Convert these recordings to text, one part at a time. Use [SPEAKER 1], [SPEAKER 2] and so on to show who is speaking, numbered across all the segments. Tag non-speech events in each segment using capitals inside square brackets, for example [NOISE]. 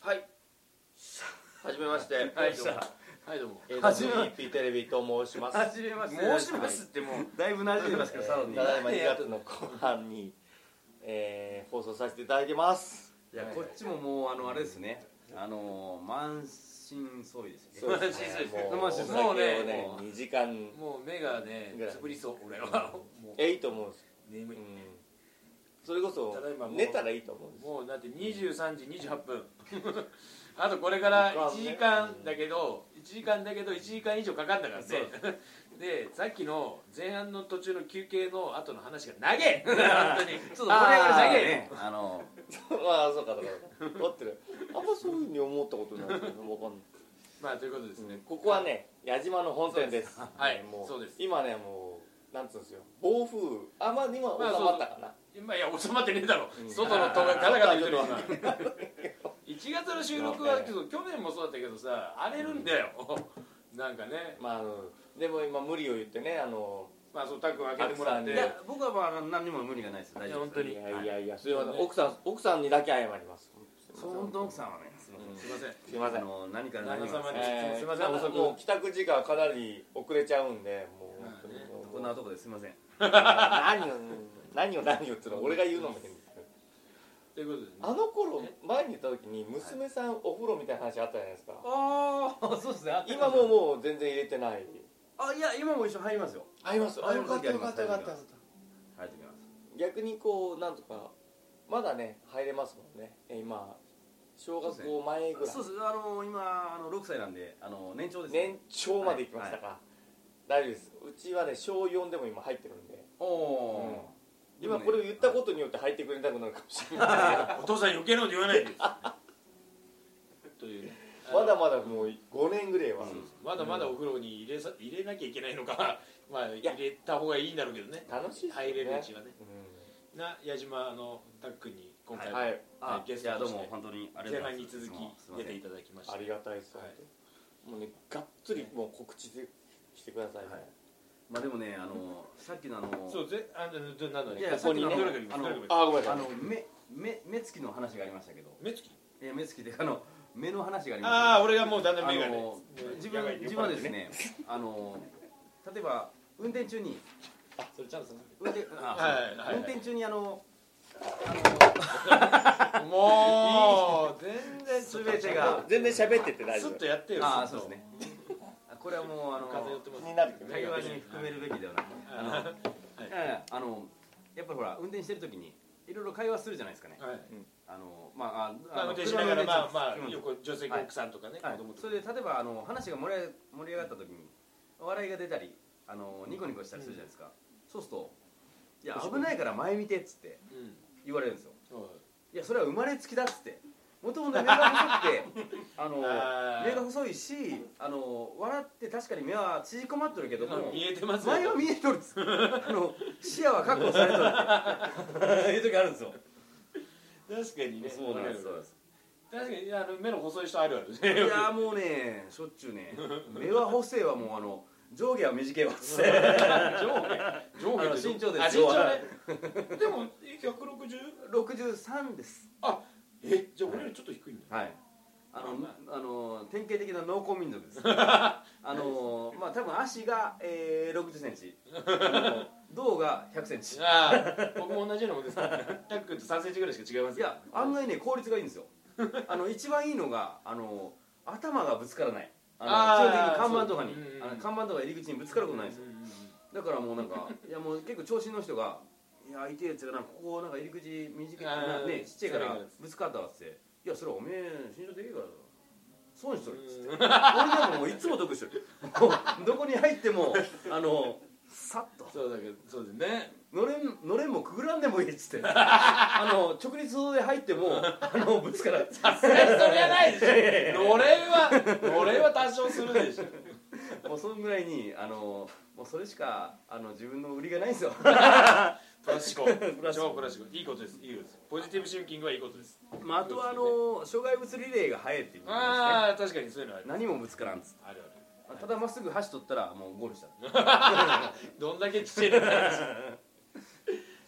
[SPEAKER 1] はい。はじめまして。
[SPEAKER 2] はいどうも
[SPEAKER 1] はい、どうも。
[SPEAKER 2] はじめま
[SPEAKER 1] AWP テレビと申します。
[SPEAKER 2] はじめまして
[SPEAKER 1] 申します
[SPEAKER 2] ってもうだいぶ馴染んでますけどサロン
[SPEAKER 1] えー
[SPEAKER 2] に
[SPEAKER 1] ただいま2月の後半に、えー、放送させていただきます。
[SPEAKER 2] いやこっちももうあのあれですねあのー満身創痍ですよ
[SPEAKER 3] そ
[SPEAKER 2] ね
[SPEAKER 3] うですね
[SPEAKER 1] もうお酒
[SPEAKER 2] そうです
[SPEAKER 3] ね
[SPEAKER 1] をね
[SPEAKER 2] もう、
[SPEAKER 1] 2時間、
[SPEAKER 3] もう目がね
[SPEAKER 1] ぐらい
[SPEAKER 3] つぶりそう俺はもう
[SPEAKER 1] えいいと思うんです。
[SPEAKER 3] 眠
[SPEAKER 1] う
[SPEAKER 3] い
[SPEAKER 1] ん、それこそ
[SPEAKER 3] ただいまもう
[SPEAKER 1] 寝たらいいと思うんです。 [LAUGHS]
[SPEAKER 3] もうだって23時28分 [LAUGHS] あとこれから1時間だけど1時間だけど1時間以上かかったからねでさっきの前半の途中の休憩の後の話が長え本当に
[SPEAKER 2] ちょっと盛り上がりすぎ
[SPEAKER 3] 長
[SPEAKER 2] て
[SPEAKER 3] え
[SPEAKER 2] ねあの
[SPEAKER 1] ああ、そうか、だから。合ってる。あんまそういうふうに思ったことないですけど、わかんない。
[SPEAKER 3] まあということですね
[SPEAKER 1] ここはね矢島の本店です
[SPEAKER 3] はい
[SPEAKER 1] も
[SPEAKER 3] そうです
[SPEAKER 1] 今ねもうなんつうんですよ暴風あまあ今収まったかな、
[SPEAKER 3] まあいや収まってねえだろ
[SPEAKER 1] うん
[SPEAKER 3] 外の戸がガラガラ言ってるよ
[SPEAKER 1] あ
[SPEAKER 3] 今1月の収録はけど去年もそうだったけどさ荒れるんだよなんかね
[SPEAKER 1] まああのでも今無理を言ってねあの
[SPEAKER 3] まあそうたっくん開けてもらって
[SPEAKER 1] え
[SPEAKER 2] い
[SPEAKER 1] たくさんね
[SPEAKER 2] や僕はまああの何にも無理がないです大丈夫です
[SPEAKER 3] 本当に
[SPEAKER 1] いやいやいやそれはね
[SPEAKER 3] はい
[SPEAKER 1] 奥さん奥さんにだけ謝ります
[SPEAKER 2] そう本当奥さんはねすみません
[SPEAKER 3] すいません
[SPEAKER 1] すいません
[SPEAKER 2] あの何から何
[SPEAKER 3] 旦那
[SPEAKER 2] ま
[SPEAKER 3] 様
[SPEAKER 2] で
[SPEAKER 3] に
[SPEAKER 1] えー
[SPEAKER 3] すいません遅く
[SPEAKER 1] もう帰宅時間かなり遅れちゃうんでもう本当に
[SPEAKER 3] まあね
[SPEAKER 1] もう
[SPEAKER 2] こんなとこですみません
[SPEAKER 1] 何を何を何をっつうの俺が言うのも変ですけど
[SPEAKER 3] ということですね
[SPEAKER 1] あの頃前に言った時に娘さんお風呂みたいな話あったじゃないですか
[SPEAKER 2] ああ [LAUGHS] そうですね
[SPEAKER 1] 今もうもう全然入れてない
[SPEAKER 2] あいや今も一緒に入りますよ
[SPEAKER 1] あります
[SPEAKER 2] あよかったよかったよかった入ってきま
[SPEAKER 1] 逆にこうなんとかまだね入れますもんねえ今小学校前ぐらい、
[SPEAKER 2] すそうですあの今あの六歳なんであの年長です
[SPEAKER 1] 年長まで行きましたか、大丈夫ですうちはね小4でも今入ってるんで
[SPEAKER 2] おおー
[SPEAKER 1] 今これを言ったことによって入ってくれなくなるかもしれない
[SPEAKER 3] お父さん余計なこと言わないでというね
[SPEAKER 1] [LAUGHS] まだまだもう5年ぐらいは、
[SPEAKER 2] うん
[SPEAKER 3] まだまだお風呂に入れさ入れなきゃいけないのか [LAUGHS] まあ入
[SPEAKER 1] や
[SPEAKER 3] れた方がいいんだろうけどね
[SPEAKER 1] 楽しいですよね
[SPEAKER 3] 入れるうちはね
[SPEAKER 1] う
[SPEAKER 3] な矢島のタックに今回
[SPEAKER 1] ん
[SPEAKER 3] は
[SPEAKER 1] はい
[SPEAKER 2] あ
[SPEAKER 3] ゲス
[SPEAKER 2] じゃあ
[SPEAKER 3] ト
[SPEAKER 2] ど
[SPEAKER 3] と
[SPEAKER 2] う
[SPEAKER 3] して
[SPEAKER 2] も本当にありが
[SPEAKER 3] 前
[SPEAKER 2] とうござ
[SPEAKER 3] 半に
[SPEAKER 2] い
[SPEAKER 3] 続
[SPEAKER 2] ます
[SPEAKER 3] き
[SPEAKER 2] すいませ
[SPEAKER 3] 出
[SPEAKER 2] ん
[SPEAKER 3] ていただきました
[SPEAKER 1] ありがたいです、
[SPEAKER 3] はい
[SPEAKER 1] もうねがっつりもう告知してくださいね、
[SPEAKER 2] はいまあでもねあのさっきのあの
[SPEAKER 3] そうぜあのどなのね
[SPEAKER 2] いやいや
[SPEAKER 3] ここにね
[SPEAKER 1] さっきの
[SPEAKER 3] どれがいいです
[SPEAKER 2] あ
[SPEAKER 3] ど
[SPEAKER 2] の
[SPEAKER 3] れがいいです
[SPEAKER 1] あごめんなさ
[SPEAKER 2] あ
[SPEAKER 1] い
[SPEAKER 2] の目目目つきの話がありましたけど
[SPEAKER 3] 目つき
[SPEAKER 2] いや目つきであの目の話がありました
[SPEAKER 3] ああ俺がもうだんだん目が
[SPEAKER 2] あ
[SPEAKER 3] ね
[SPEAKER 2] の自分自分はですねあの例えば運転中に
[SPEAKER 3] あそれちゃんとその
[SPEAKER 2] 運転
[SPEAKER 3] はいはい
[SPEAKER 2] あ
[SPEAKER 3] はい
[SPEAKER 2] 運転中にあの
[SPEAKER 3] もう全然
[SPEAKER 2] 全てが
[SPEAKER 1] 全然喋ってて大
[SPEAKER 3] ス
[SPEAKER 1] 丈
[SPEAKER 3] ッ
[SPEAKER 1] 夫
[SPEAKER 3] とやってよ
[SPEAKER 2] ああ
[SPEAKER 3] ス
[SPEAKER 2] そ
[SPEAKER 3] ッ
[SPEAKER 2] う
[SPEAKER 3] と
[SPEAKER 2] ですねあこれはもうあ
[SPEAKER 3] 風
[SPEAKER 2] の
[SPEAKER 3] 寄ってます
[SPEAKER 1] になるけどね
[SPEAKER 2] 会話に含めるべきではないあの
[SPEAKER 3] はい
[SPEAKER 2] やあのやっぱりほら運転してる時にいろいろ会話するじゃないですかね
[SPEAKER 3] いはい
[SPEAKER 2] あのまあ
[SPEAKER 3] ま
[SPEAKER 2] あ
[SPEAKER 3] あ運
[SPEAKER 2] の
[SPEAKER 3] 転しながらまあまあ
[SPEAKER 2] うん
[SPEAKER 3] 横女性奥さんとかね
[SPEAKER 2] は
[SPEAKER 3] 子
[SPEAKER 2] い
[SPEAKER 3] 供、と
[SPEAKER 2] そ
[SPEAKER 3] か
[SPEAKER 2] れで例えばあの話が盛り上が盛り上がった時に笑いが出たりあのニコニコしたりするじゃないですか、そうすると「いや危ないから前見て」っつって
[SPEAKER 3] うん
[SPEAKER 2] 言われるんですよ
[SPEAKER 3] そう
[SPEAKER 2] 「いやそれは生まれつきだ」っつってもともと目が細く [LAUGHS] てあの
[SPEAKER 3] あー
[SPEAKER 2] 目が細いしあの笑って確かに目は縮こまってるけども
[SPEAKER 3] 見えてますよ
[SPEAKER 2] 前は見えとるっつってあの視野は確保されとるって [LAUGHS] いう時あるんですよ
[SPEAKER 3] 確かにね
[SPEAKER 2] そうなんですそうなんです
[SPEAKER 3] 確かにあの目の細い人あるある
[SPEAKER 2] [LAUGHS]
[SPEAKER 3] ね [LAUGHS]
[SPEAKER 2] いやーもうねしょっちゅうね目は細いはもうあの上下は短いわっつって
[SPEAKER 3] [LAUGHS] 上下上下って
[SPEAKER 2] あの身長です
[SPEAKER 3] あ身長ねでも百六十
[SPEAKER 2] 63です
[SPEAKER 3] えじゃあ俺よりちょっと低いんだ
[SPEAKER 2] はいあの、
[SPEAKER 3] ま
[SPEAKER 2] あの典型的な農耕民族
[SPEAKER 3] [LAUGHS]
[SPEAKER 2] ですあのまあ多分足が、えー、6 0センチあの胴が1 0 0セ
[SPEAKER 3] [LAUGHS]
[SPEAKER 2] ンチ
[SPEAKER 3] ああ僕も同じようなもんですからタックと3センチぐらいしか違います
[SPEAKER 2] いや案外ね効率がいいんですよあの一番いいのがあの頭がぶつからないあの
[SPEAKER 3] あー
[SPEAKER 2] 基本的に看板とかに、
[SPEAKER 3] そううんうん
[SPEAKER 2] あの看板とか入り口にぶつかることないんですよだからもうなんかいやもう結構調子の人が「いや痛いやつがなんかここなんか入り口短い
[SPEAKER 3] あ
[SPEAKER 2] な
[SPEAKER 3] ー
[SPEAKER 2] ねちっちゃいか
[SPEAKER 3] そう
[SPEAKER 2] ら
[SPEAKER 3] なんです
[SPEAKER 2] ぶつかったわ」っつって「いやそれおめえ身長でけえからだ損しとる」っつって
[SPEAKER 3] うん
[SPEAKER 2] 俺
[SPEAKER 3] [LAUGHS]
[SPEAKER 2] なんかもういつも得してるもうどこに入ってもあのさっと
[SPEAKER 3] そうだけどそうです
[SPEAKER 2] [LAUGHS]
[SPEAKER 3] ね
[SPEAKER 2] のれんのれんもくぐらんでもいいっつってあの直立で入ってもあのぶつからん
[SPEAKER 3] さすがにそれはないでしょ俺は俺は多少するでしょ
[SPEAKER 2] もうそのぐらいにあのもうそれしかあの自分の売りがないんですよ
[SPEAKER 3] プラス思考
[SPEAKER 2] プラス思考
[SPEAKER 3] 超プラス思考いいことですいいことですポジティブシンキングはいいことです
[SPEAKER 2] まああとはあの障害物リレーが早いっていうことですね
[SPEAKER 3] ああ確かにそういうのある
[SPEAKER 2] 何もぶつからんっつって
[SPEAKER 3] あるある
[SPEAKER 2] ただまっすぐ箸取ったらもうゴールした
[SPEAKER 3] どんだけちっちゃいのか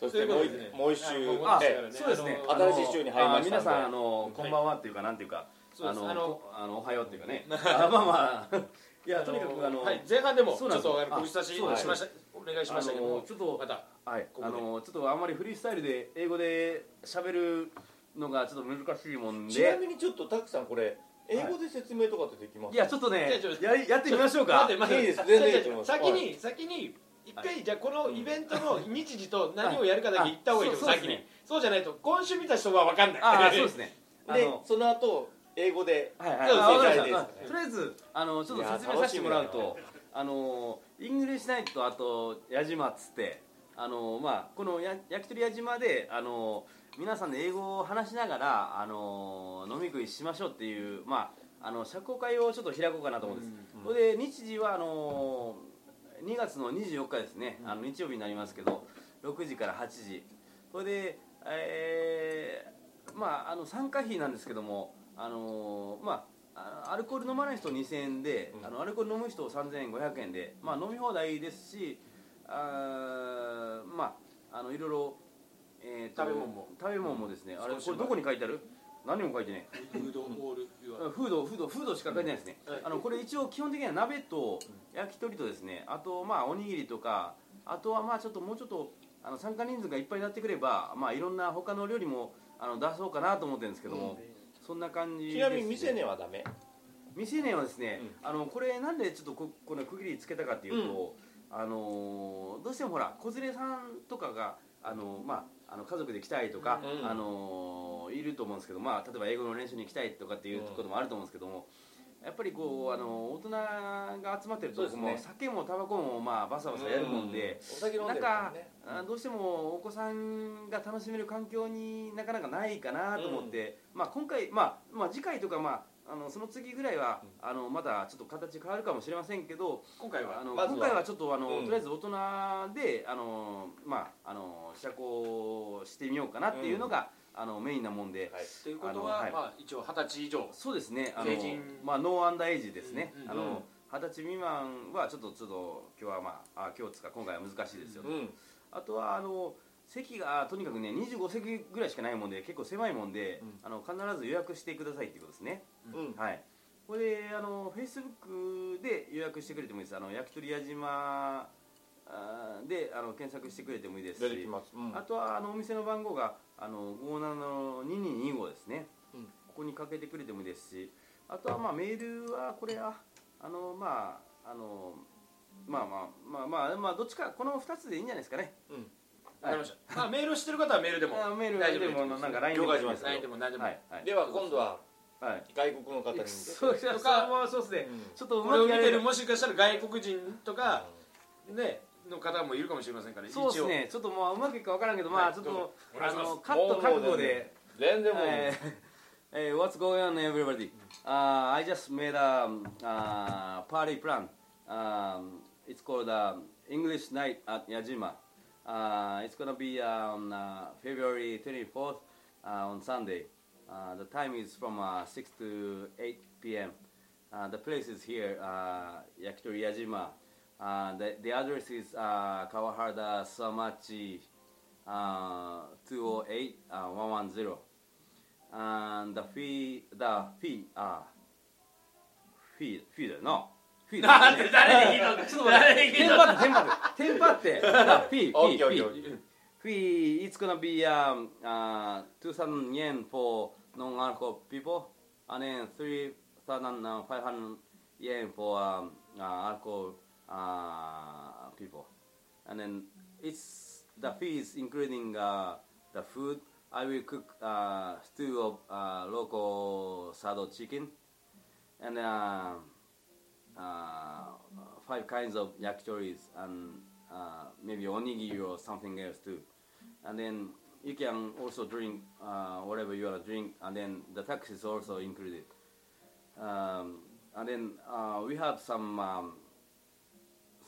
[SPEAKER 1] そしてもう
[SPEAKER 3] そういうことですね
[SPEAKER 1] 一もう一周
[SPEAKER 3] はいもう一周
[SPEAKER 2] あ
[SPEAKER 3] ええ
[SPEAKER 2] そうですね
[SPEAKER 1] あの新しい週に入りましたんで
[SPEAKER 2] あ皆さんあのこんばんはっていうかなんていうか
[SPEAKER 3] [LAUGHS] そうです
[SPEAKER 2] の
[SPEAKER 3] あの
[SPEAKER 2] あのおはようっていうかねあまあまあ [LAUGHS] いやとにかくあの
[SPEAKER 3] はい、前半でもち
[SPEAKER 2] そ
[SPEAKER 3] ょ
[SPEAKER 2] うなん
[SPEAKER 3] っ
[SPEAKER 2] ですよ
[SPEAKER 3] とあの小口差し
[SPEAKER 2] あそうです
[SPEAKER 3] しましたお願いしましたけど
[SPEAKER 2] あの
[SPEAKER 3] も
[SPEAKER 2] ちょっと
[SPEAKER 3] また
[SPEAKER 2] はい
[SPEAKER 3] ここで
[SPEAKER 2] あのちょっとあんまりフリースタイルで英語で喋るのがちょっと難しいもん
[SPEAKER 1] ちな
[SPEAKER 2] で
[SPEAKER 1] みにちょっとたくさんこれ英語で説明とかってできます
[SPEAKER 2] いやちょっとね
[SPEAKER 3] じゃあちょっと
[SPEAKER 2] やりやってみましょうか
[SPEAKER 3] 待って待って
[SPEAKER 1] いいです全然いいと思います
[SPEAKER 3] 先に先に一回じゃあこのイベントの日時と何をやるかだけ言った方がいいと思う
[SPEAKER 2] あそう
[SPEAKER 3] 先にそうじゃないと今週見た人は分かんない
[SPEAKER 2] ああそうです
[SPEAKER 3] [LAUGHS]
[SPEAKER 2] ねあ
[SPEAKER 1] で
[SPEAKER 2] の
[SPEAKER 1] その後英語で
[SPEAKER 2] はいはい
[SPEAKER 3] そう
[SPEAKER 2] あわかりま
[SPEAKER 1] 正解
[SPEAKER 2] した
[SPEAKER 1] です
[SPEAKER 2] あとりあえずあのちょっと説明させてもらう
[SPEAKER 1] いや
[SPEAKER 2] とあのイングリッシュナイトとあと矢島っつってあのまあこのや焼き鳥矢島であの皆さんで英語を話しながらあの飲み食いしましょうっていうまああの社交会をちょっと開こうかなと思うんです
[SPEAKER 1] うん
[SPEAKER 2] それで日時はあの2月の24日ですね、
[SPEAKER 1] うん
[SPEAKER 2] あの日曜日になりますけど6時から8時それで、えーまああの参加費なんですけどもあのーまああアルコール飲まない人2000円で、
[SPEAKER 1] うん
[SPEAKER 2] あのアルコール飲む人3500円で、まあ、飲み放題ですしあーまああのいろいろ、えーと
[SPEAKER 3] 食べ物も
[SPEAKER 2] 食べ物もですね、あれ
[SPEAKER 3] 少し
[SPEAKER 2] これどこに書いてある何にも書いてね
[SPEAKER 3] フードオールユア
[SPEAKER 2] フードフードフードしか書いてないですね、
[SPEAKER 3] はい
[SPEAKER 2] あのこれ一応基本的には鍋と焼き鳥とですねあとまあおにぎりとかあとはまあちょっともうちょっとあの参加人数がいっぱいになってくればまあいろんな他の料理もあの出そうかなと思ってるんですけども、そんな感じです、
[SPEAKER 1] ち
[SPEAKER 2] ね、
[SPEAKER 1] なみに未成年はダメ
[SPEAKER 2] 未成年はですね、あのこれなんでちょっとここの区切りつけたかっていうと、あのーどうしてもほら子連れさんとかがあのーまああの家族で来たいとか、
[SPEAKER 1] うん
[SPEAKER 2] あのーいると思うんですけど、まあ、例えば英語の練習に来たいとかっていうこともあると思うんですけども、やっぱりこう、あのー大人が集まってると
[SPEAKER 1] そうですね
[SPEAKER 2] もう酒もタバコも、まあ、バサバサやるもんで、
[SPEAKER 1] お酒飲んで
[SPEAKER 2] なん
[SPEAKER 1] る
[SPEAKER 2] か
[SPEAKER 1] ら、ね
[SPEAKER 2] あどうしてもお子さんが楽しめる環境になかなかないかなと思って、まあ、今回、まあ、まあ次回とか、まあ、あのその次ぐらいは、あのまだちょっと形変わるかもしれませんけど
[SPEAKER 3] 今回は
[SPEAKER 2] あの、
[SPEAKER 1] まずは
[SPEAKER 2] 今回はちょっとあの、
[SPEAKER 1] うん
[SPEAKER 2] とりあえず大人であの、まあ、あの試着をしてみようかなっていうのが、あのメインなもんで、
[SPEAKER 1] はい
[SPEAKER 3] ということ
[SPEAKER 2] あのは
[SPEAKER 3] はいまあ一応二十歳以上
[SPEAKER 2] そうですねあの
[SPEAKER 3] 成人、
[SPEAKER 2] まあ、ノーアンダーエイジですね
[SPEAKER 3] うんうん
[SPEAKER 2] あの二十、歳未満はちょっとちょっと今日はまああ今日つうか今回は難しいですよ、
[SPEAKER 1] うん
[SPEAKER 2] あとはあの席がとにかくね25席ぐらいしかないもんで結構狭いもんで、
[SPEAKER 1] うん
[SPEAKER 2] あの必ず予約してくださいっていうことですね、
[SPEAKER 1] うん
[SPEAKER 2] はいこれであのフェイスブックで予約してくれてもいいですあの焼き鳥屋島あーであの検索してくれてもいいです
[SPEAKER 1] 出てき
[SPEAKER 2] し
[SPEAKER 1] ますうん
[SPEAKER 2] あとはあのお店の番号があの572225ですね、
[SPEAKER 1] うん
[SPEAKER 2] ここにかけてくれてもいいですしあとはまあメールはこれはあのまああのまあまあまあまあまあどっちかこの2つでいいんじゃないですかね
[SPEAKER 1] うん
[SPEAKER 3] わかりましたまあメールしてる方はメールでも
[SPEAKER 2] あメール
[SPEAKER 3] 大丈夫
[SPEAKER 2] でもなんか LINE
[SPEAKER 1] 了解しました
[SPEAKER 3] LINE でも何でも
[SPEAKER 2] はいはい
[SPEAKER 1] では今度は
[SPEAKER 2] はい
[SPEAKER 1] 外国の方に
[SPEAKER 2] そうですね
[SPEAKER 3] と
[SPEAKER 2] そ
[SPEAKER 3] か
[SPEAKER 2] のままそうですね
[SPEAKER 1] うん
[SPEAKER 2] ちょっとう
[SPEAKER 3] これ
[SPEAKER 2] ま
[SPEAKER 3] を
[SPEAKER 2] く
[SPEAKER 3] 見
[SPEAKER 2] や
[SPEAKER 3] て
[SPEAKER 2] れ
[SPEAKER 3] る
[SPEAKER 2] る
[SPEAKER 3] もしかしたら外国人とか
[SPEAKER 1] うん
[SPEAKER 3] ねの方もいるかもしれませんから一
[SPEAKER 2] そうです
[SPEAKER 3] 応
[SPEAKER 2] ねちょっとまあうまくいくかわからんけどま
[SPEAKER 3] は
[SPEAKER 2] あ
[SPEAKER 3] い
[SPEAKER 2] ちょっ
[SPEAKER 3] どう
[SPEAKER 2] と
[SPEAKER 3] お願い
[SPEAKER 2] あ
[SPEAKER 3] します
[SPEAKER 2] のカット覚悟で
[SPEAKER 1] 全然もう
[SPEAKER 2] えーえー What's going on, everybody? Uh, I just made a um, uh, party plan. Um, it's called um, English Night at Yajima. Uh, it's gonna be on uh, February 24th uh, on Sunday. Uh, the time is from uh, 6 to 8 p.m. Uh, the place is here, uh, Yakitori Yajima. Uh, the, the address is uh, Kawahara Samachi uh, 208 uh, 110 and the fee the fee ah. あフィーフィーだよなフィーだ
[SPEAKER 3] な
[SPEAKER 2] よ
[SPEAKER 3] ん [LAUGHS]
[SPEAKER 2] ね
[SPEAKER 3] で誰に聞いたの誰に聞い
[SPEAKER 2] テン
[SPEAKER 3] た
[SPEAKER 2] パ
[SPEAKER 3] の
[SPEAKER 2] ってテンパってテンパって [LAUGHS] だフィーフィー
[SPEAKER 1] OK
[SPEAKER 2] フィ
[SPEAKER 1] OK
[SPEAKER 2] ー
[SPEAKER 1] OK
[SPEAKER 2] fee it's gonna be um uh 2000 yen for non-alcohol people and then 3500 yen for um uh, alcohol uh people and then it's the fees including uh the food i will cook uh stew of uh local sado chicken and uh, uh, five kinds of yakitoris and uh, maybe onigiri or something else too. And then you can also drink uh, whatever you want to drink, and then the tax is also included. Um, and then uh, we have some um,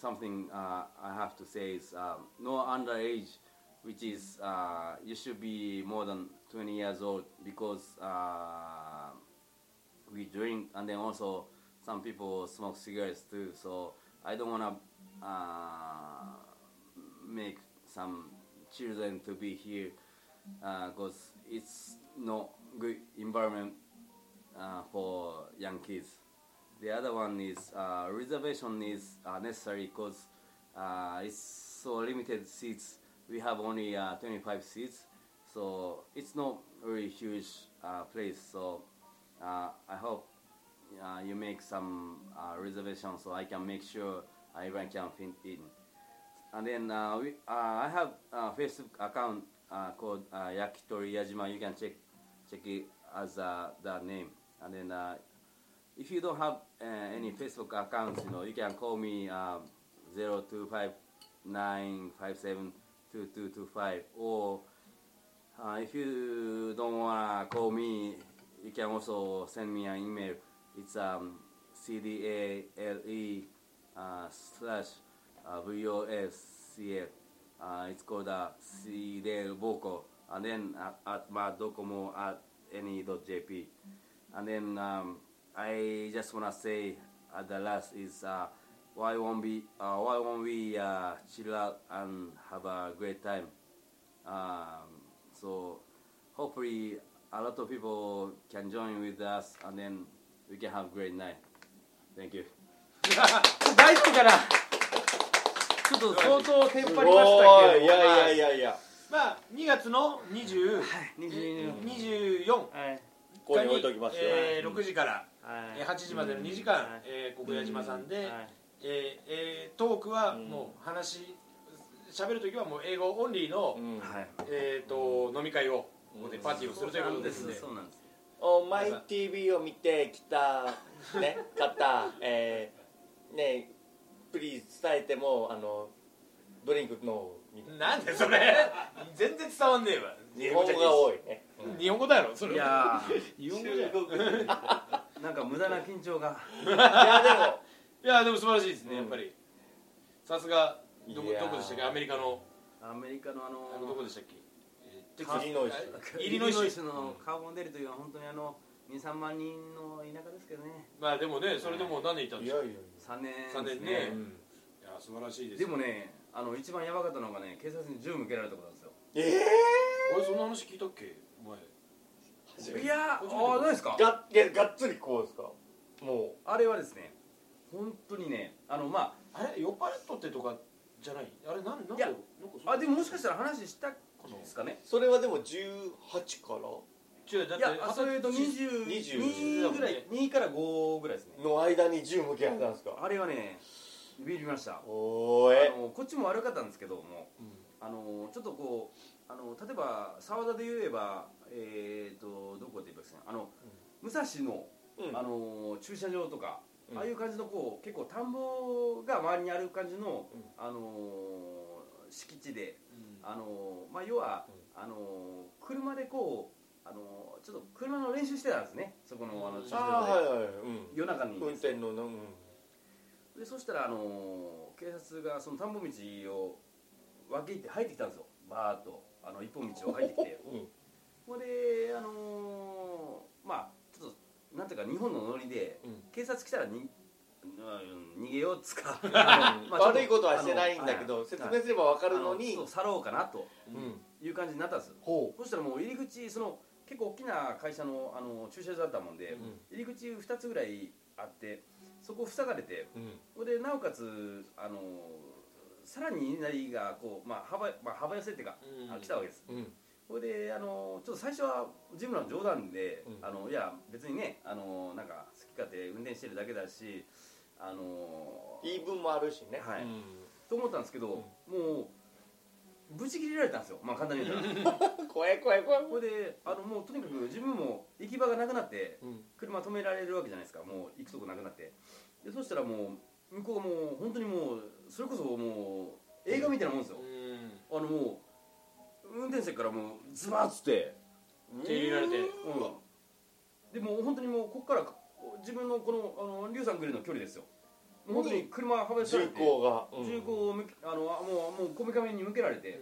[SPEAKER 2] something uh, I have to say is um, no underage, which is uh, you should be more than 20 years old because uh, we drink and then also some people smoke cigarettes too. So I don't wanna uh, make some children to be here because it's not good environment uh, for young kids. The other one is uh, reservation is uh, necessary because uh, it's so limited seats. We have only uh, 25 seats, so it's not really huge uh, place. So uh, I hope uh, you make some uh, reservation so I can make sure everyone can fit in. And then uh, we, uh, I have a Facebook account uh, called uh, Yakitori Yajima. You can check check it as uh, that name. And then uh, if you don't have uh, any Facebook accounts, you know, you can call me zero two five nine five seven two two two five. Or uh, if you don't wanna call me, you can also send me an email. It's um, cdale uh, slash uh, VOSCF. Uh, it's called uh, CDL Boko, and then at, at madocomo at E any.jp. And then um, I just wanna say at the last is uh, why won't we uh, why won't we uh, chill out and have a great time? Um, so hopefully a lot of people can join with us, and then we can have great night. Thank you.
[SPEAKER 3] 大好きかな
[SPEAKER 2] ちょっと相当テンパりましたけど、
[SPEAKER 1] おーいやいやいやいや
[SPEAKER 3] まあ2月の20
[SPEAKER 2] はい、22
[SPEAKER 3] 24
[SPEAKER 4] はい
[SPEAKER 1] ここに置いときますよ、
[SPEAKER 3] えー6時から
[SPEAKER 4] は
[SPEAKER 3] えー8時までの2時
[SPEAKER 4] は
[SPEAKER 3] 間
[SPEAKER 4] い、
[SPEAKER 3] えーここ矢島さん
[SPEAKER 4] い
[SPEAKER 3] で、
[SPEAKER 4] はい
[SPEAKER 3] えーえートークはもう話喋る時はもう英語オンリーの
[SPEAKER 1] う、ん
[SPEAKER 2] はい。
[SPEAKER 3] えー、と飲み会をここでパーティーをするということです
[SPEAKER 2] そ
[SPEAKER 3] んで
[SPEAKER 2] うなんです。
[SPEAKER 1] おマイ TV を見てきた、ね、方、えー、ねプリー伝えてもあのドリンクの
[SPEAKER 3] なんでそれ全然伝わんね
[SPEAKER 1] 日
[SPEAKER 3] えわ
[SPEAKER 1] 本語が多いね
[SPEAKER 3] 日本語だろそれ
[SPEAKER 2] いや
[SPEAKER 4] 日本語じゃん
[SPEAKER 2] ー、なんか無駄な緊張が。
[SPEAKER 1] いやで
[SPEAKER 3] いやでも素晴らしいですね、
[SPEAKER 1] うん
[SPEAKER 3] やっぱりさすがどこ
[SPEAKER 1] いやー
[SPEAKER 3] どこでしたっけアメリカの
[SPEAKER 2] アメリカのあ
[SPEAKER 3] あのどこ
[SPEAKER 2] の、
[SPEAKER 3] でしたっけえーテ
[SPEAKER 1] イリノイシ
[SPEAKER 3] あイリ
[SPEAKER 2] イリ
[SPEAKER 3] ノ
[SPEAKER 2] ノ
[SPEAKER 3] イ
[SPEAKER 2] イ
[SPEAKER 3] シ
[SPEAKER 2] シのカーボンデルというのは本当にあの、2、3万人の田舎ですけどね。
[SPEAKER 3] まあでもねそれでも何年いたん
[SPEAKER 1] も
[SPEAKER 3] ですか
[SPEAKER 1] いや
[SPEAKER 2] 3年です
[SPEAKER 3] 3年ね
[SPEAKER 2] ね。
[SPEAKER 3] いや素晴らしいです
[SPEAKER 2] でもね、あの、一番やばかったのがね、警察に銃向けられたことなんですよ。
[SPEAKER 1] え
[SPEAKER 3] 俺そんな話聞いたっけお前
[SPEAKER 2] いやー、あー、ないですか
[SPEAKER 1] ー、がっいやがっつりこうですかも
[SPEAKER 2] あれはですね、本当にね、あの、ま
[SPEAKER 3] あれ酔っ払っとってとかじゃないあれなんなんか
[SPEAKER 2] いや
[SPEAKER 3] なんか
[SPEAKER 2] あ、あ、でももしか
[SPEAKER 3] し
[SPEAKER 2] したら話したんですかね。
[SPEAKER 1] うそれはでも18から
[SPEAKER 3] て違うだっ
[SPEAKER 2] い
[SPEAKER 3] て
[SPEAKER 2] や、あそれと20
[SPEAKER 1] 20
[SPEAKER 2] 2ぐらい、2から5ぐらいですね。
[SPEAKER 1] の間に銃向けられたんですか
[SPEAKER 2] あれはね、ビビりました。
[SPEAKER 1] おーえ
[SPEAKER 2] あのこっちも悪かったんですけども、あのちょっとこうあの例えば沢田で言えばえっ、とどこで言えばいいですかねあの、武蔵の
[SPEAKER 1] うん
[SPEAKER 2] あの駐車場とか、
[SPEAKER 1] うん
[SPEAKER 2] ああいう感じのこう結構田んぼが周りにある感じの、
[SPEAKER 1] うん
[SPEAKER 2] あの敷地で
[SPEAKER 3] うん
[SPEAKER 2] あのまあ要は、あの車でこうあのちょっと車の練習してたんですねそこのあの駐車
[SPEAKER 1] あー
[SPEAKER 2] 場
[SPEAKER 1] はい
[SPEAKER 2] で
[SPEAKER 1] はいはい、うん
[SPEAKER 2] 夜中に
[SPEAKER 1] 運転のうん
[SPEAKER 2] でそしたら、あのー警察がその田んぼ道を分け入って入ってきたんですよバーッとあの一本道を入ってきて
[SPEAKER 1] [LAUGHS] うん
[SPEAKER 2] ここであのーまあちょっとなんていうか日本のノリで、
[SPEAKER 1] うん
[SPEAKER 2] 警察来たらに、うん、逃げようっつか [LAUGHS] あのまあちょっ
[SPEAKER 1] 悪いことはしてないんだけ
[SPEAKER 2] あ
[SPEAKER 1] ど
[SPEAKER 2] の
[SPEAKER 1] 説明すればわか
[SPEAKER 2] はい
[SPEAKER 1] るのに
[SPEAKER 2] あそう去ろうかなと
[SPEAKER 1] うん
[SPEAKER 2] いう感じになったんです
[SPEAKER 1] ほ
[SPEAKER 2] そしたらもう入り口その結構大きな会社のあの駐車場だったもんで、入り口2つぐらいあってそこ塞がれて
[SPEAKER 1] ううん
[SPEAKER 2] それでなおかつあのさらに稲荷がこう、まあ幅まあ、幅寄せっていうか、あ来たわけです
[SPEAKER 1] うん
[SPEAKER 2] それであのちょっと最初はジムの冗談で、
[SPEAKER 1] うん
[SPEAKER 2] あのいや別にねあのなんか好き勝手運転してるだけだしあの
[SPEAKER 1] 言い分もあるしね
[SPEAKER 2] はい
[SPEAKER 1] うん
[SPEAKER 2] と思ったんですけど、もうブチ切れられたんですよまあ簡単に言うたら
[SPEAKER 1] [LAUGHS] 怖い怖い怖い
[SPEAKER 2] それであのもうとにかく自分も行き場がなくなって
[SPEAKER 1] うん
[SPEAKER 2] 車止められるわけじゃないですかもう行くとこなくなってでそしたらもう向こうがもう本当にもうそれこそもう映画みたいなもんですよ、
[SPEAKER 3] うん
[SPEAKER 2] あのもう運転席からもうズバッつって、
[SPEAKER 3] 手入れられて
[SPEAKER 2] うん、でもう本当にもうここから自分のこのあのリュウさんぐらいの距離ですよ本当に車はべされ
[SPEAKER 1] 銃
[SPEAKER 2] て
[SPEAKER 1] 口が、うん
[SPEAKER 2] 銃口を向けあのあもうもうこめかみに向けられて、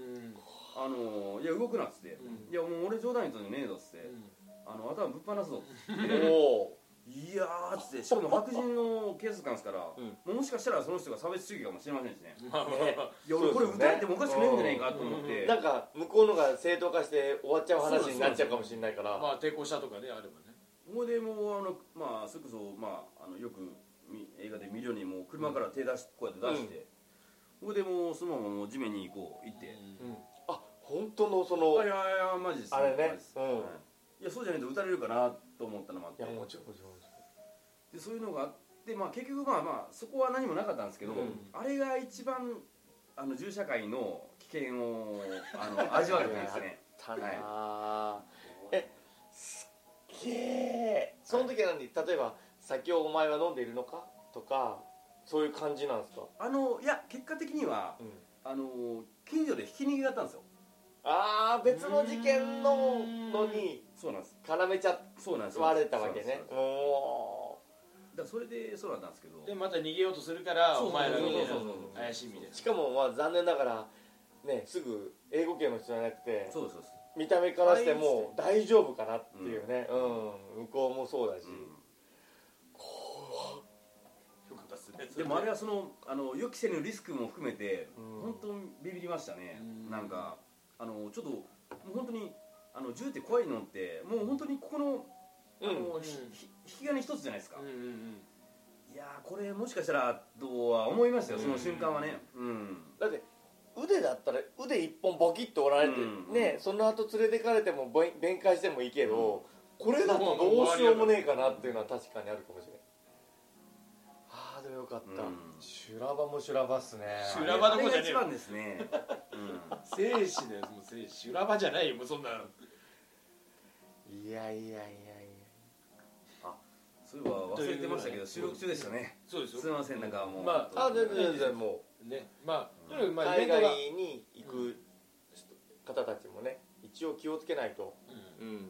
[SPEAKER 2] あのいや動くなっつって、
[SPEAKER 3] うん
[SPEAKER 2] いやもう俺冗談言ったんじゃねえぞっつって、あの頭ぶっ放すぞっつって
[SPEAKER 1] おお
[SPEAKER 2] いやーっつってしかも白人の警察官ですから、
[SPEAKER 1] うん
[SPEAKER 2] もうもしかしたらその人が差別主義かもしれませんしね
[SPEAKER 3] まあまあまあ
[SPEAKER 2] いや俺
[SPEAKER 1] そ
[SPEAKER 2] こ
[SPEAKER 1] う
[SPEAKER 2] れ
[SPEAKER 1] ですよね
[SPEAKER 2] 撃たれてもおかしくないんじゃないかと思って、
[SPEAKER 1] なんか向こうのが正当化して終わっちゃう話になっちゃうかもしれないから
[SPEAKER 3] まあ抵抗したとかねあればね
[SPEAKER 2] ほいでもうあのまあそれこそまああのよくみ映画で見るようにもう車から手出しこうやって出して、ほいでもうそのままもう地面にこう行って、
[SPEAKER 1] うんあ本当のその、
[SPEAKER 2] あいやいやマジです
[SPEAKER 1] あれね
[SPEAKER 2] マジです
[SPEAKER 1] うん
[SPEAKER 2] いやそうじゃないと撃たれるかなと思ったのもあって
[SPEAKER 1] ちろんもちろん
[SPEAKER 2] でそういうのがあって、まあ、結局まあまあそこは何もなかったんですけど、
[SPEAKER 1] うん
[SPEAKER 2] あれが一番あの銃社会の危険を
[SPEAKER 1] [LAUGHS]
[SPEAKER 2] あの味わえるんですね
[SPEAKER 1] たなあえすっげえその時は何、例えば「酒をお前は飲んでいるのか?」とかそういう感じなんですか、
[SPEAKER 2] あのいや結果的にはあの近所でひき逃げがあったんですよ
[SPEAKER 1] ああ別の事件の
[SPEAKER 3] うん
[SPEAKER 1] のに
[SPEAKER 2] そうなんです
[SPEAKER 1] 絡めちゃ
[SPEAKER 2] そうなんです
[SPEAKER 1] われたわけ
[SPEAKER 2] そうなん
[SPEAKER 1] ね
[SPEAKER 2] です
[SPEAKER 1] おお
[SPEAKER 2] だからそれでそうなんですけど
[SPEAKER 3] でまた逃げようとするから
[SPEAKER 2] そう
[SPEAKER 3] お前らみたいな
[SPEAKER 1] そうそうそう
[SPEAKER 3] 怪しいみたいな
[SPEAKER 1] しかもまあ残念ながらねすぐ英語圏の人じゃなくて
[SPEAKER 2] そうですそうです、
[SPEAKER 1] 見た目からしてもう大丈夫かなっていうね、うん向こうもそうだし、
[SPEAKER 3] よかったっすね
[SPEAKER 2] でもあれはそのあの予期せぬリスクも含めて、
[SPEAKER 1] うん
[SPEAKER 2] 本当にビビりましたね、
[SPEAKER 3] うん
[SPEAKER 2] なんかあのちょっともう本当にあの銃って怖いのってもう本当にここの
[SPEAKER 1] う
[SPEAKER 2] あ
[SPEAKER 1] ん
[SPEAKER 2] の、
[SPEAKER 3] うん
[SPEAKER 2] ひひ引き金一つじゃないですか、
[SPEAKER 3] うんうんうん
[SPEAKER 2] いやーこれもしかしたらとは思いましたよ
[SPEAKER 3] うん
[SPEAKER 2] その瞬間はねうん、
[SPEAKER 1] だって腕だったら腕一本ボキッと折られて、
[SPEAKER 2] うん
[SPEAKER 1] ねその後連れてかれてもぼい弁解してもいいけど、これだとどうしようもねえかなっていうのは確かにあるかもしれない、ああでもよかった、
[SPEAKER 2] うん
[SPEAKER 1] 修羅場も修羅場っすね
[SPEAKER 3] 修羅場どころじゃ
[SPEAKER 2] あ
[SPEAKER 3] ねえ
[SPEAKER 2] れが一
[SPEAKER 3] よ
[SPEAKER 2] 番ですね、うん
[SPEAKER 3] 精子だよもう精子修羅場じゃないよもうそんない
[SPEAKER 1] やいやいやいや
[SPEAKER 2] そういえば忘れてましたけど
[SPEAKER 3] と
[SPEAKER 2] 収
[SPEAKER 3] いうぐらい
[SPEAKER 2] 録中でしたね
[SPEAKER 3] そうです
[SPEAKER 2] すい
[SPEAKER 3] よ
[SPEAKER 2] ませんなんかもう
[SPEAKER 3] ま
[SPEAKER 1] あ全然全然も
[SPEAKER 3] ねまあとにかく
[SPEAKER 1] う
[SPEAKER 3] まあイベ
[SPEAKER 1] 海
[SPEAKER 3] ント
[SPEAKER 1] 外
[SPEAKER 3] が
[SPEAKER 1] に行く方たちもね一応気をつけないと、
[SPEAKER 3] うん
[SPEAKER 1] うん、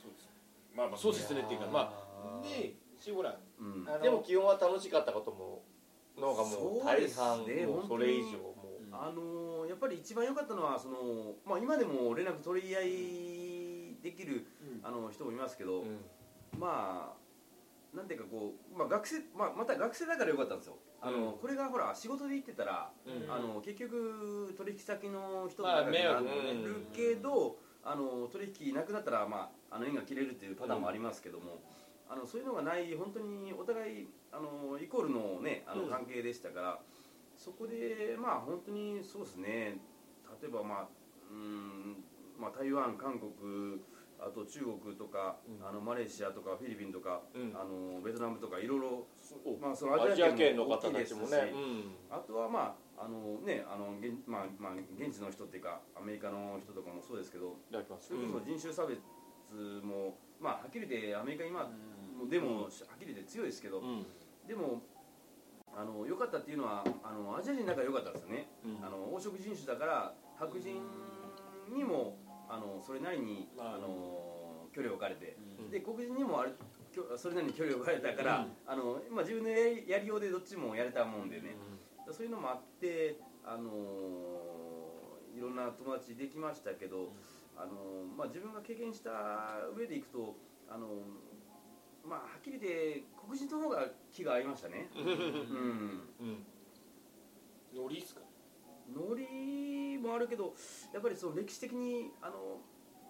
[SPEAKER 3] そうですまあまあそうですねっていうかまあ
[SPEAKER 1] いやー
[SPEAKER 3] でしほら
[SPEAKER 2] うん
[SPEAKER 3] あの
[SPEAKER 1] でも気温は楽しかったことものがもう
[SPEAKER 2] そう
[SPEAKER 1] 大
[SPEAKER 2] ですね
[SPEAKER 1] 半もうそれ以上
[SPEAKER 2] 本当に
[SPEAKER 1] もう
[SPEAKER 2] あのーやっぱり一番良かったのはその、まあ、今でも連絡取り合いできる
[SPEAKER 3] うん
[SPEAKER 2] あの人もいますけど、
[SPEAKER 1] うん
[SPEAKER 2] まあなんていうかこう、まあ学生まあ、また学生だから良かったんですよあの、
[SPEAKER 1] うん
[SPEAKER 2] これがほら仕事で行ってたら、
[SPEAKER 1] うん
[SPEAKER 2] あの結局取引先の人
[SPEAKER 3] まあ
[SPEAKER 2] と
[SPEAKER 3] 迷惑
[SPEAKER 2] なる
[SPEAKER 1] ね
[SPEAKER 2] けど、あの取引なくなったら、まあ、あの縁が切れるっていうパターンもありますけども、あのそういうのがない本当にお互いあのイコールの,、ね、あの
[SPEAKER 1] うん
[SPEAKER 2] 関係でしたから、そこでまあ本当にそうですね例えば、まあうーんまあ、台湾韓国あと中国とか、
[SPEAKER 1] うん
[SPEAKER 2] あのマレーシアとかフィリピンとか、
[SPEAKER 1] うん
[SPEAKER 2] あのベトナムとかいろいろ、
[SPEAKER 1] お
[SPEAKER 2] まあ、その
[SPEAKER 1] ア
[SPEAKER 2] ア
[SPEAKER 1] ジ
[SPEAKER 2] ジ
[SPEAKER 1] ア
[SPEAKER 2] ア
[SPEAKER 1] 圏
[SPEAKER 2] 圏
[SPEAKER 1] の
[SPEAKER 2] の
[SPEAKER 1] 方
[SPEAKER 2] 方
[SPEAKER 1] た
[SPEAKER 2] た
[SPEAKER 1] ち
[SPEAKER 2] ち
[SPEAKER 1] も
[SPEAKER 2] も
[SPEAKER 1] ね
[SPEAKER 2] ね、あとはまああのねあの現,、まあまあ、現地の人っていうかアメリカの人とかもそうですけど
[SPEAKER 1] いただきます
[SPEAKER 2] それこそ人種差別も、まあはっきり言ってアメリカ今、もうでもはっきり言って強いですけど、
[SPEAKER 1] うん
[SPEAKER 2] でもあの良かったっていうのはあのアジア人だから良かったんですよね、
[SPEAKER 1] うん
[SPEAKER 2] あの黄色人種だから白人にもあのそれなりに、
[SPEAKER 3] まあ
[SPEAKER 2] あの距離を置かれて、
[SPEAKER 1] うん
[SPEAKER 2] で黒人にもあれきょそれなりに距離を置かれたから、
[SPEAKER 3] うん
[SPEAKER 2] あのまあ、自分のやりやりようでどっちもやれたもんでね、そういうのもあって、あのーいろんな友達できましたけど、あのーまあ、自分が経験した上でいくと、あのーまあ、はっきり言って黒人の方が気が合いましたね、うん、
[SPEAKER 1] うん
[SPEAKER 3] ノリっすか
[SPEAKER 2] ノリもあるけどやっぱりその歴史的に、あの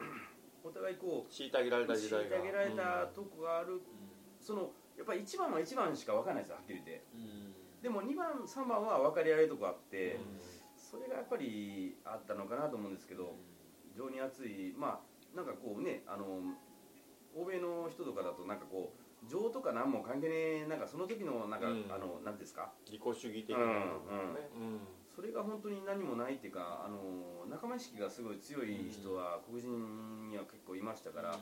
[SPEAKER 2] [CLEARS THROAT] お互いこう
[SPEAKER 1] 虐げられた時代が
[SPEAKER 2] 虐げられたとこがある、そのやっぱり1番は1番しか分からないですよはっきり言ってでも2番3番は分かり合えるとこあって、それがやっぱりあったのかなと思うんですけど、非常に熱いまあなんかこうねあの欧米の人とかだとなんかこう情とか何も関係ねえなんかその時のなんか、
[SPEAKER 1] うん
[SPEAKER 2] あのなんていうんですか
[SPEAKER 1] 自己主義的なね
[SPEAKER 2] それが本当に何もないっていうかあの仲間意識がすごい強い人は黒人には結構いましたから、うん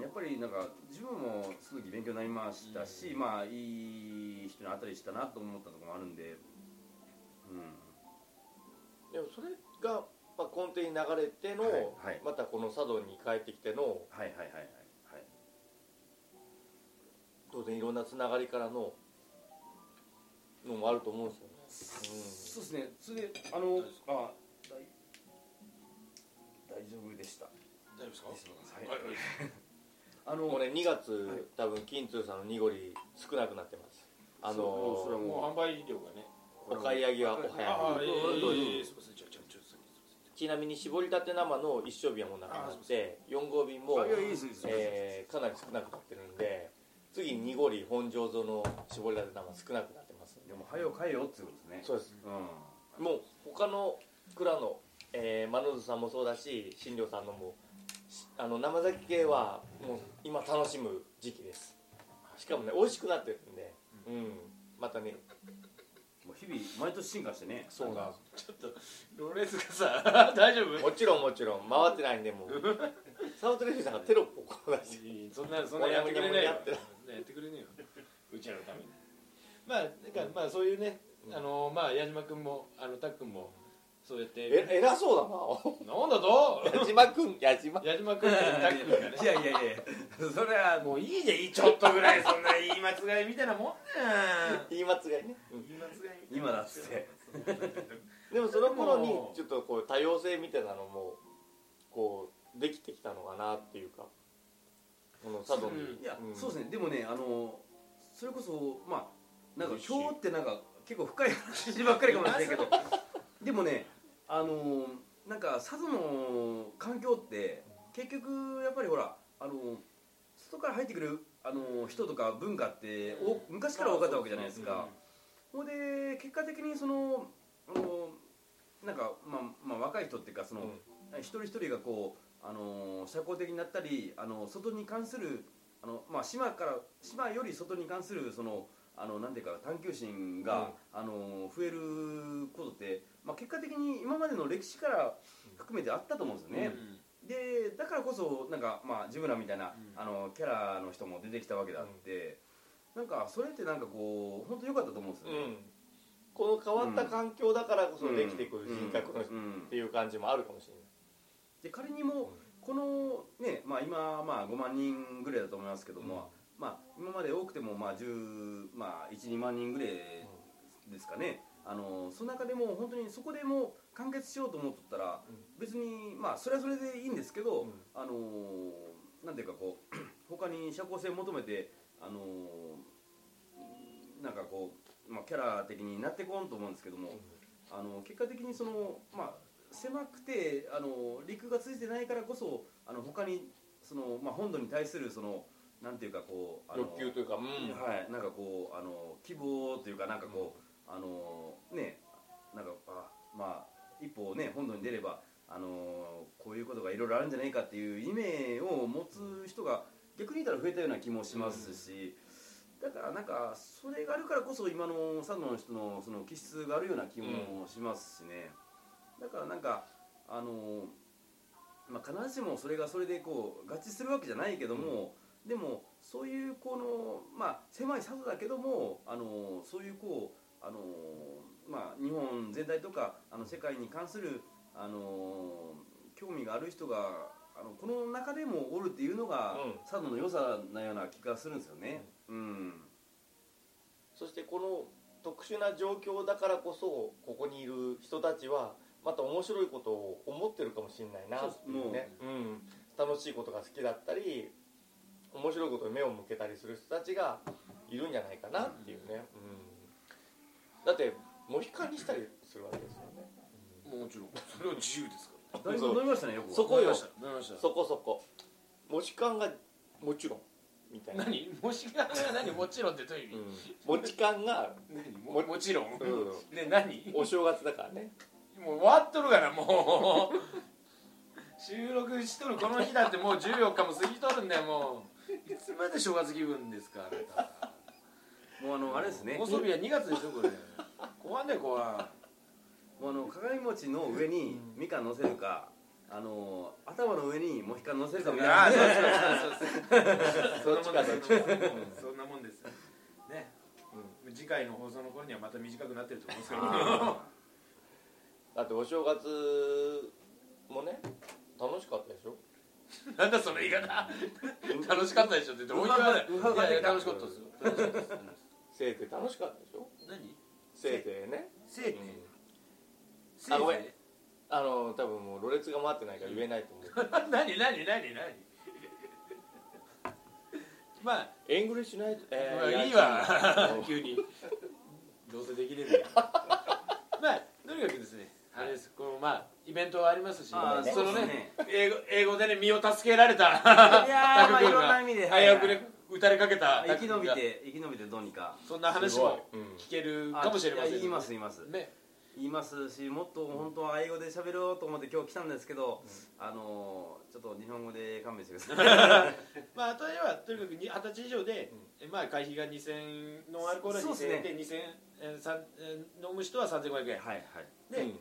[SPEAKER 2] やっぱりなんか自分もすごい勉強になりましたし、
[SPEAKER 3] うん
[SPEAKER 2] まあいい人に当たりしたなと思ったところもあるんで、う
[SPEAKER 1] でもそれがまあ根底に流れての
[SPEAKER 2] はいはい
[SPEAKER 1] またこの佐渡に帰ってきての
[SPEAKER 2] ん、はいはいはいはいはい
[SPEAKER 1] 当然いろんなつながりからののもあると思うんですよね、
[SPEAKER 2] そうですねそれであのあ大大丈夫でした
[SPEAKER 3] 大丈夫ですか
[SPEAKER 2] はい
[SPEAKER 3] はいはい
[SPEAKER 2] あ
[SPEAKER 1] うん、
[SPEAKER 2] の
[SPEAKER 1] もうね2
[SPEAKER 2] はい
[SPEAKER 1] 月多分金通さんの濁り少なくなってますあ
[SPEAKER 2] そうそれは
[SPEAKER 1] の
[SPEAKER 3] もう販売量がね
[SPEAKER 1] お買い上げはお
[SPEAKER 3] あ
[SPEAKER 1] 早
[SPEAKER 3] あ
[SPEAKER 1] め
[SPEAKER 3] い
[SPEAKER 1] に
[SPEAKER 3] えいえいえいえ
[SPEAKER 2] うん
[SPEAKER 3] すいませんちょちょちょすいませ
[SPEAKER 1] ちなみに絞りたて生の一升瓶はもうなくなって4号瓶も
[SPEAKER 2] あいやいいですいいです
[SPEAKER 1] えーかなり少なくなってるんで次に濁り本醸造の絞りたて生少なくなってますんで
[SPEAKER 2] でも早よ帰よっていうことですね
[SPEAKER 1] そうです
[SPEAKER 2] う
[SPEAKER 1] もう他の蔵の、えー、マノズさんもそうだし新庄さんのもしあの生酒系はもう今楽しむ時期ですしかもね美味しくなってるんでうんまたね
[SPEAKER 2] んもう日々毎年進化してね
[SPEAKER 1] そうなんです
[SPEAKER 3] んちょっとロレスがさ大丈夫
[SPEAKER 1] もちろんもちろん回ってないんで
[SPEAKER 3] [LAUGHS]
[SPEAKER 1] もうサウトレフィーさんがテロップをこう出して
[SPEAKER 3] そんなそんなやってくれないよ
[SPEAKER 1] やってな
[SPEAKER 3] やってくれねえようちらのためにまあなんかまあそういうねあのまあ矢島君もあのたっくんもそうやって
[SPEAKER 1] え偉そう
[SPEAKER 3] なんだと [LAUGHS]
[SPEAKER 1] だな矢島君矢島
[SPEAKER 3] 矢島君とたっくんがね
[SPEAKER 2] [LAUGHS] いやいやいやいやそれはも
[SPEAKER 3] もういいじゃんちょっとぐらいそんな言い間違いみたいなもんね
[SPEAKER 1] 言い間違いね、うん
[SPEAKER 3] 言い間違いみたいな
[SPEAKER 2] 今だっつって
[SPEAKER 1] でもその頃に
[SPEAKER 3] もう
[SPEAKER 1] ちょっとこう多様性みたいなのもこうできてきたのかなっていうかこの佐渡に、
[SPEAKER 2] いや、
[SPEAKER 1] うん
[SPEAKER 2] そうですねでもねあのそれこそまあなんか今日ってなんか結構深い話ばっかりかもしれないけど
[SPEAKER 1] [LAUGHS]
[SPEAKER 2] でもねあのなんか佐渡の環境って結局やっぱりほらあの外から入ってくるあの人とか文化ってお昔から多かったわけじゃないですか。ほんで結果的にそのあのなんか、まあ、まあ若い人っていうかその、
[SPEAKER 1] うん
[SPEAKER 2] 一人一人がこう、あの社交的になったり、あの外に関するあの、まあ、島から島より外に関するそのあのなんていうか探求心が、あの増えることって、まあ、結果的に今までの歴史から含めてあったと思うんですよね。でだからこそなんかまあジムラみたいな、
[SPEAKER 3] うん
[SPEAKER 2] あのキャラの人も出てきたわけだって、なんかそれってなんかこう本当良かったと思うんですよね、
[SPEAKER 1] うんこの変わった環境だからこそ
[SPEAKER 2] うん
[SPEAKER 1] できてくる人格の人
[SPEAKER 2] う
[SPEAKER 1] っ
[SPEAKER 2] ん
[SPEAKER 1] ていう感じもあるかもしれない、
[SPEAKER 2] で仮にもこのね、まあ、今、まあ、5万人ぐらいだと思いますけども、まあ、今まで多くても、まあ、10、まあ、12万人ぐらいですかね、あのその中でも本当にそこでもう完結しようと思っとったら、
[SPEAKER 1] う
[SPEAKER 2] 別に、まあ、それはそれでいいんですけど、
[SPEAKER 1] うん
[SPEAKER 2] あのなんていうかこう [CLEARS THROAT] 他に社交性を求めて、あのなんかこう、まあ、キャラ的になってこんと思うんですけども。あの結果的にその、まあ、狭くてあの陸がついてないからこそあの他にその、まあ、本土に対するそのなんていうかこうあの
[SPEAKER 1] 欲求というか、うん
[SPEAKER 2] はい、なんかこうあの希望というかなんかこう、あのねなんかあまあ一歩ね本土に出ればあのこういうことがいろいろあるんじゃないかっていう夢を持つ人が逆に言ったら増えたような気もしますし、だからなんかそれがあるからこそ今の佐渡の人のその気質があるような気もしますしね、だからなんかあのまあ、必ずしもそれがそれでこう合致するわけじゃないけども、でもそういうこの、まあ、狭い里だけどもあのそういうこうあの、まあ、日本全体とかあの世界に関するあの興味がある人があのこの中でもおるっていうのが、
[SPEAKER 1] うん
[SPEAKER 2] 佐渡の良さなような気がするんですよね。うん
[SPEAKER 1] そしてこの特殊な状況だからこそここにいる人たちはまた面白いことを思ってるかもしれないなっていうねうん、楽しいことが好きだったり面白いことに目を向けたりする人たちがいるんじゃないかなっていうね、うん、だってモヒカンにしたりするわけですよね
[SPEAKER 3] もちろんそれは自由ですから
[SPEAKER 2] だいぶ飲みましたねよくは
[SPEAKER 1] そこよ
[SPEAKER 3] 飲みました
[SPEAKER 1] そこそこモヒカンがもちろんみたいな、うん、
[SPEAKER 3] 何もしかしたら何もちろんってどういう意味、
[SPEAKER 1] モチカンが、
[SPEAKER 3] 何ももちろん、
[SPEAKER 1] う
[SPEAKER 3] ね何
[SPEAKER 1] お正月だからね
[SPEAKER 3] もう終わっとるがなもう収録しとるこの日だってもう14日も過ぎとるんだよもういつまで正月気分ですかあなた
[SPEAKER 2] もうあのあれですね
[SPEAKER 3] 放送日は2月でしょこれ後半だよ後半
[SPEAKER 2] もうあの鏡餅の上にみかん乗せるか、あの頭の上にモヒカン乗せるかみたいな
[SPEAKER 3] ああそうそうそうそう
[SPEAKER 1] そっちかそっちか
[SPEAKER 3] そんなもんですね、次回の放送の頃にはまた短くなってると思うん [LAUGHS] ですけど
[SPEAKER 2] あ
[SPEAKER 1] だってお正月もね楽しかったでし
[SPEAKER 3] [LAUGHS]
[SPEAKER 1] ょ
[SPEAKER 3] なんだその言い方楽しかったでしょって言っておいてはないう
[SPEAKER 2] はうはが
[SPEAKER 3] いや
[SPEAKER 2] 出た
[SPEAKER 3] いや楽しかったですよ楽しかったです
[SPEAKER 1] 生徒楽しかったでしょ
[SPEAKER 3] 何
[SPEAKER 1] せいぜいね、
[SPEAKER 3] せいね
[SPEAKER 1] うん
[SPEAKER 3] せい
[SPEAKER 1] あごめ
[SPEAKER 3] ね
[SPEAKER 1] んあの多分もうろれつが回ってないから言えないと思う
[SPEAKER 3] [LAUGHS] 何何何何 [LAUGHS] まあ、
[SPEAKER 1] エングリッシュナイト、え
[SPEAKER 3] まあいい [LAUGHS]
[SPEAKER 1] や
[SPEAKER 3] わ
[SPEAKER 1] つ
[SPEAKER 3] 急にどうせできね [LAUGHS] えんだよまあとにかくですねあれですこのまあイベントはありますし
[SPEAKER 2] あー
[SPEAKER 3] その
[SPEAKER 2] そう
[SPEAKER 3] ね
[SPEAKER 2] ですね
[SPEAKER 3] 英語英語でね身を助けられた
[SPEAKER 2] いやーまあいろんな意味で
[SPEAKER 3] 早く
[SPEAKER 2] はい
[SPEAKER 3] ね打たれかけた
[SPEAKER 2] 生き延びて生き延びてどうにか
[SPEAKER 3] そんな話も
[SPEAKER 1] すごいうん
[SPEAKER 3] 聞けるかもしれません
[SPEAKER 2] あい
[SPEAKER 3] ね
[SPEAKER 2] や言います言います
[SPEAKER 3] ね
[SPEAKER 2] 言いますしもっと本当は英語で喋ろうと思って今日来たんですけど、あのーちょっと日本語で勘弁してください
[SPEAKER 3] まあ、例えばとにかくに二十歳以上で、えまあ、会費が2000ノンアルコールは
[SPEAKER 2] そうです
[SPEAKER 3] 2000
[SPEAKER 2] ね
[SPEAKER 3] 円で、2000えーさんえー飲む人は3500円、
[SPEAKER 2] はいはい
[SPEAKER 3] で、
[SPEAKER 1] うん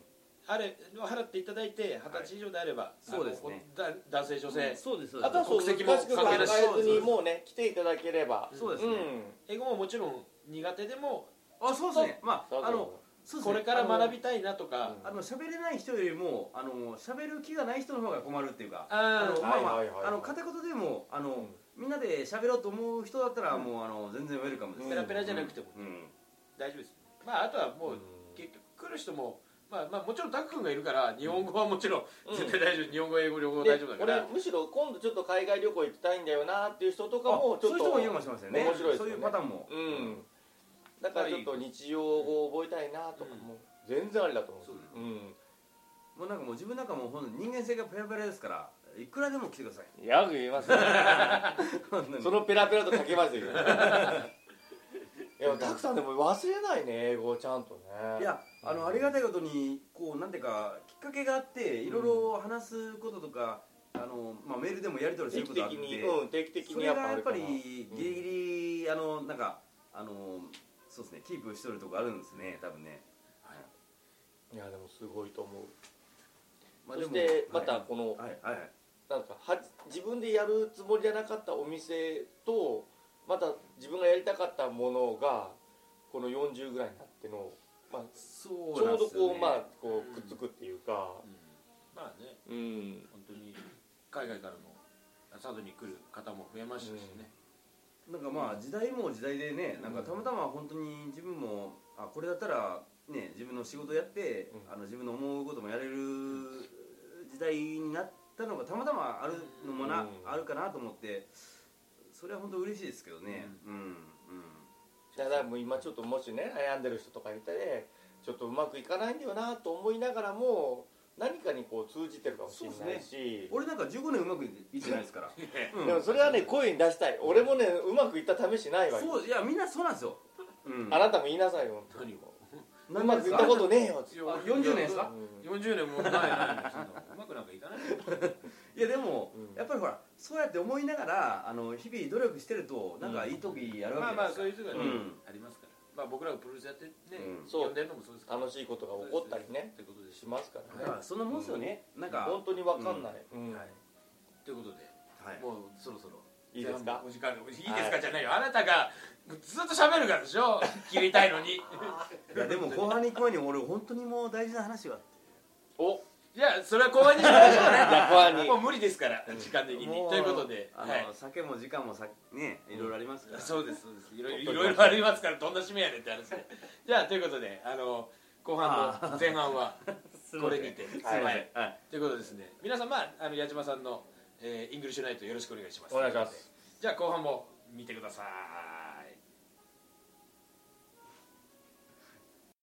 [SPEAKER 3] あれ払っていただいて二十歳以上であれば、あの
[SPEAKER 2] そうですね
[SPEAKER 3] だ男性女性、
[SPEAKER 2] そうですそうです
[SPEAKER 1] あとはそう
[SPEAKER 3] 国
[SPEAKER 1] 難
[SPEAKER 3] 籍
[SPEAKER 1] し
[SPEAKER 3] も
[SPEAKER 1] く考
[SPEAKER 3] 関係ないし
[SPEAKER 1] えずにもうね来ていただければ
[SPEAKER 2] そうです
[SPEAKER 1] う
[SPEAKER 2] ね、
[SPEAKER 1] ん
[SPEAKER 3] 英語ももちろん苦手でも
[SPEAKER 2] あそうですねま
[SPEAKER 1] そうそう
[SPEAKER 2] ああのそうです
[SPEAKER 3] こ
[SPEAKER 2] ね
[SPEAKER 3] れから学びたいなとか、
[SPEAKER 1] うん
[SPEAKER 2] あの喋れない人よりもあの喋る気がない人の方が困るっていうか
[SPEAKER 3] あー
[SPEAKER 2] のまあま
[SPEAKER 1] はいはいはいはい
[SPEAKER 2] ああの片言でもあのみんなで喋ろうと思う人だったらもうあの全然ウェルカムです
[SPEAKER 3] ペラペラじゃなくても
[SPEAKER 2] うんうん
[SPEAKER 3] 大丈夫です、まあ、あとはもう、
[SPEAKER 1] うん
[SPEAKER 3] 結局来る人も、まあまあ、もちろんタク君がいるから日本語はもちろん、
[SPEAKER 1] うん
[SPEAKER 3] 絶対大丈夫日本語英語両方
[SPEAKER 1] で
[SPEAKER 3] 大丈夫だから
[SPEAKER 1] 俺むしろ今度ちょっと海外旅行行きたいんだよなっていう人とかも
[SPEAKER 2] あ
[SPEAKER 1] ちょ
[SPEAKER 2] そ
[SPEAKER 1] っ
[SPEAKER 2] ういう
[SPEAKER 1] と
[SPEAKER 2] 人もいるかもしれませんね
[SPEAKER 1] 面白いですよ
[SPEAKER 2] そう
[SPEAKER 1] ね
[SPEAKER 2] いうパターンも
[SPEAKER 1] うんだからちょっと日常語を覚えたいなとか
[SPEAKER 3] うん
[SPEAKER 1] もう全然ありだと思う
[SPEAKER 3] そうだね
[SPEAKER 2] もうなんかもう自分なんかもうほんと人間性がペラペラですからいくらでも来てください
[SPEAKER 1] うんよく言いますね
[SPEAKER 2] [LAUGHS] 本当に
[SPEAKER 1] そのペラペラとかけますよ [LAUGHS] いやたくさんでも忘れないね英語をちゃんとね
[SPEAKER 2] いやあのありがたいことにこうなんていうかきっかけがあっていろいろ話すこととか、あのまあ、メールでもやり取りす
[SPEAKER 1] 定期
[SPEAKER 2] ることあ
[SPEAKER 1] 的
[SPEAKER 2] って
[SPEAKER 1] にうん定期的
[SPEAKER 2] そ
[SPEAKER 1] に
[SPEAKER 2] れ
[SPEAKER 1] や
[SPEAKER 2] が
[SPEAKER 1] っぱあ
[SPEAKER 2] やっ
[SPEAKER 1] る
[SPEAKER 2] ぱ
[SPEAKER 1] から
[SPEAKER 2] りギリギリあのなんかあのそうですねキープしとるとこあるんですね多分ね、はい
[SPEAKER 1] いやでもすごいと思う
[SPEAKER 2] ま
[SPEAKER 1] そしてまた
[SPEAKER 2] は
[SPEAKER 1] この
[SPEAKER 2] い、はいはいはい
[SPEAKER 1] なんかは自分でやるつもりじゃなかったお店とまた自分がやりたかったものがこの40ぐらいになっての、まあ、ち
[SPEAKER 2] そうな
[SPEAKER 1] ょ
[SPEAKER 2] ん
[SPEAKER 1] うど
[SPEAKER 2] ですよ
[SPEAKER 1] こう、
[SPEAKER 2] ね
[SPEAKER 1] まあこうくっつくっていうか
[SPEAKER 3] うんまあね
[SPEAKER 1] うん、
[SPEAKER 3] 本当に海外からの佐渡に来る方も増えましたしね、
[SPEAKER 2] なんかまあ時代も時代でねなんかたまたま本当に自分もあこれだったらね自分の仕事やって、
[SPEAKER 1] うん
[SPEAKER 2] あの自分の思うこともやれる時代になったのがたまたまあるのもな、
[SPEAKER 1] うん
[SPEAKER 2] あるかなと思ってそれは本当嬉しいですけどねうんうん、
[SPEAKER 1] だからもう今ちょっともしね悩んでる人とかいたでちょっとうまくいかないんだよなと思いながらも何かにこう通じてるかもしれないし。
[SPEAKER 2] 俺なんか15年うまくいってないで
[SPEAKER 1] [LAUGHS]
[SPEAKER 2] すから、
[SPEAKER 3] [LAUGHS]
[SPEAKER 2] うん
[SPEAKER 1] でもそれはね声に出したい俺もねうまくいった試しないわよ
[SPEAKER 2] そういやみんなそうなんですよ、うん
[SPEAKER 1] あなたも言いなさいよ
[SPEAKER 3] 何を
[SPEAKER 1] うまくいったことねえよ
[SPEAKER 3] いや
[SPEAKER 2] あ40年ですか
[SPEAKER 1] うん
[SPEAKER 3] 40年も前なんそんなうまくなんかいかないよ
[SPEAKER 2] いやでも、
[SPEAKER 1] うん
[SPEAKER 2] やっぱりほらそうやって思いながらあの日々努力してるとなんかいい時やる
[SPEAKER 3] ま
[SPEAKER 2] わ
[SPEAKER 3] あまあ
[SPEAKER 2] けじゃないですか、
[SPEAKER 3] そういう人がね、
[SPEAKER 2] うん
[SPEAKER 3] ありますからまあ僕らがプロレスやってね、
[SPEAKER 2] うん
[SPEAKER 1] そう
[SPEAKER 3] 呼んでるのもそうですから
[SPEAKER 1] 楽しいことが起こったりね
[SPEAKER 3] ということでし
[SPEAKER 1] しますか
[SPEAKER 2] だ
[SPEAKER 1] ら
[SPEAKER 2] か
[SPEAKER 1] ね
[SPEAKER 2] らそんなもんですよね、なんか
[SPEAKER 1] 本当にわかんない、うん
[SPEAKER 2] はい
[SPEAKER 3] ということで
[SPEAKER 2] はい
[SPEAKER 3] もうそろそろ
[SPEAKER 1] いいですか
[SPEAKER 3] お時間お時間いいですかじゃないよあなたがずっと喋るからでしょ切りたいのに
[SPEAKER 2] いやでも後半に行く前に俺本当にもう大事な話があって
[SPEAKER 1] お
[SPEAKER 3] いやそれは後半にしましょうね
[SPEAKER 1] や後半に
[SPEAKER 3] もう無理ですから時間的に
[SPEAKER 2] も
[SPEAKER 3] ということで
[SPEAKER 2] あの、
[SPEAKER 3] はい
[SPEAKER 2] 酒も時間もさねいろいろありますから、
[SPEAKER 3] そうですそうですいろいろい
[SPEAKER 1] 取っときましょう
[SPEAKER 3] ろいろありますからどんな締めやねんって話でじゃあということであの後半の前半はこれにて
[SPEAKER 2] すいま
[SPEAKER 3] は
[SPEAKER 2] せん
[SPEAKER 3] い、
[SPEAKER 2] はい、
[SPEAKER 3] ということですね皆さんまああの矢島さんの、えーイングリッシュナイトよろしくお願いします
[SPEAKER 1] お願いします
[SPEAKER 3] じゃあ後半も見てください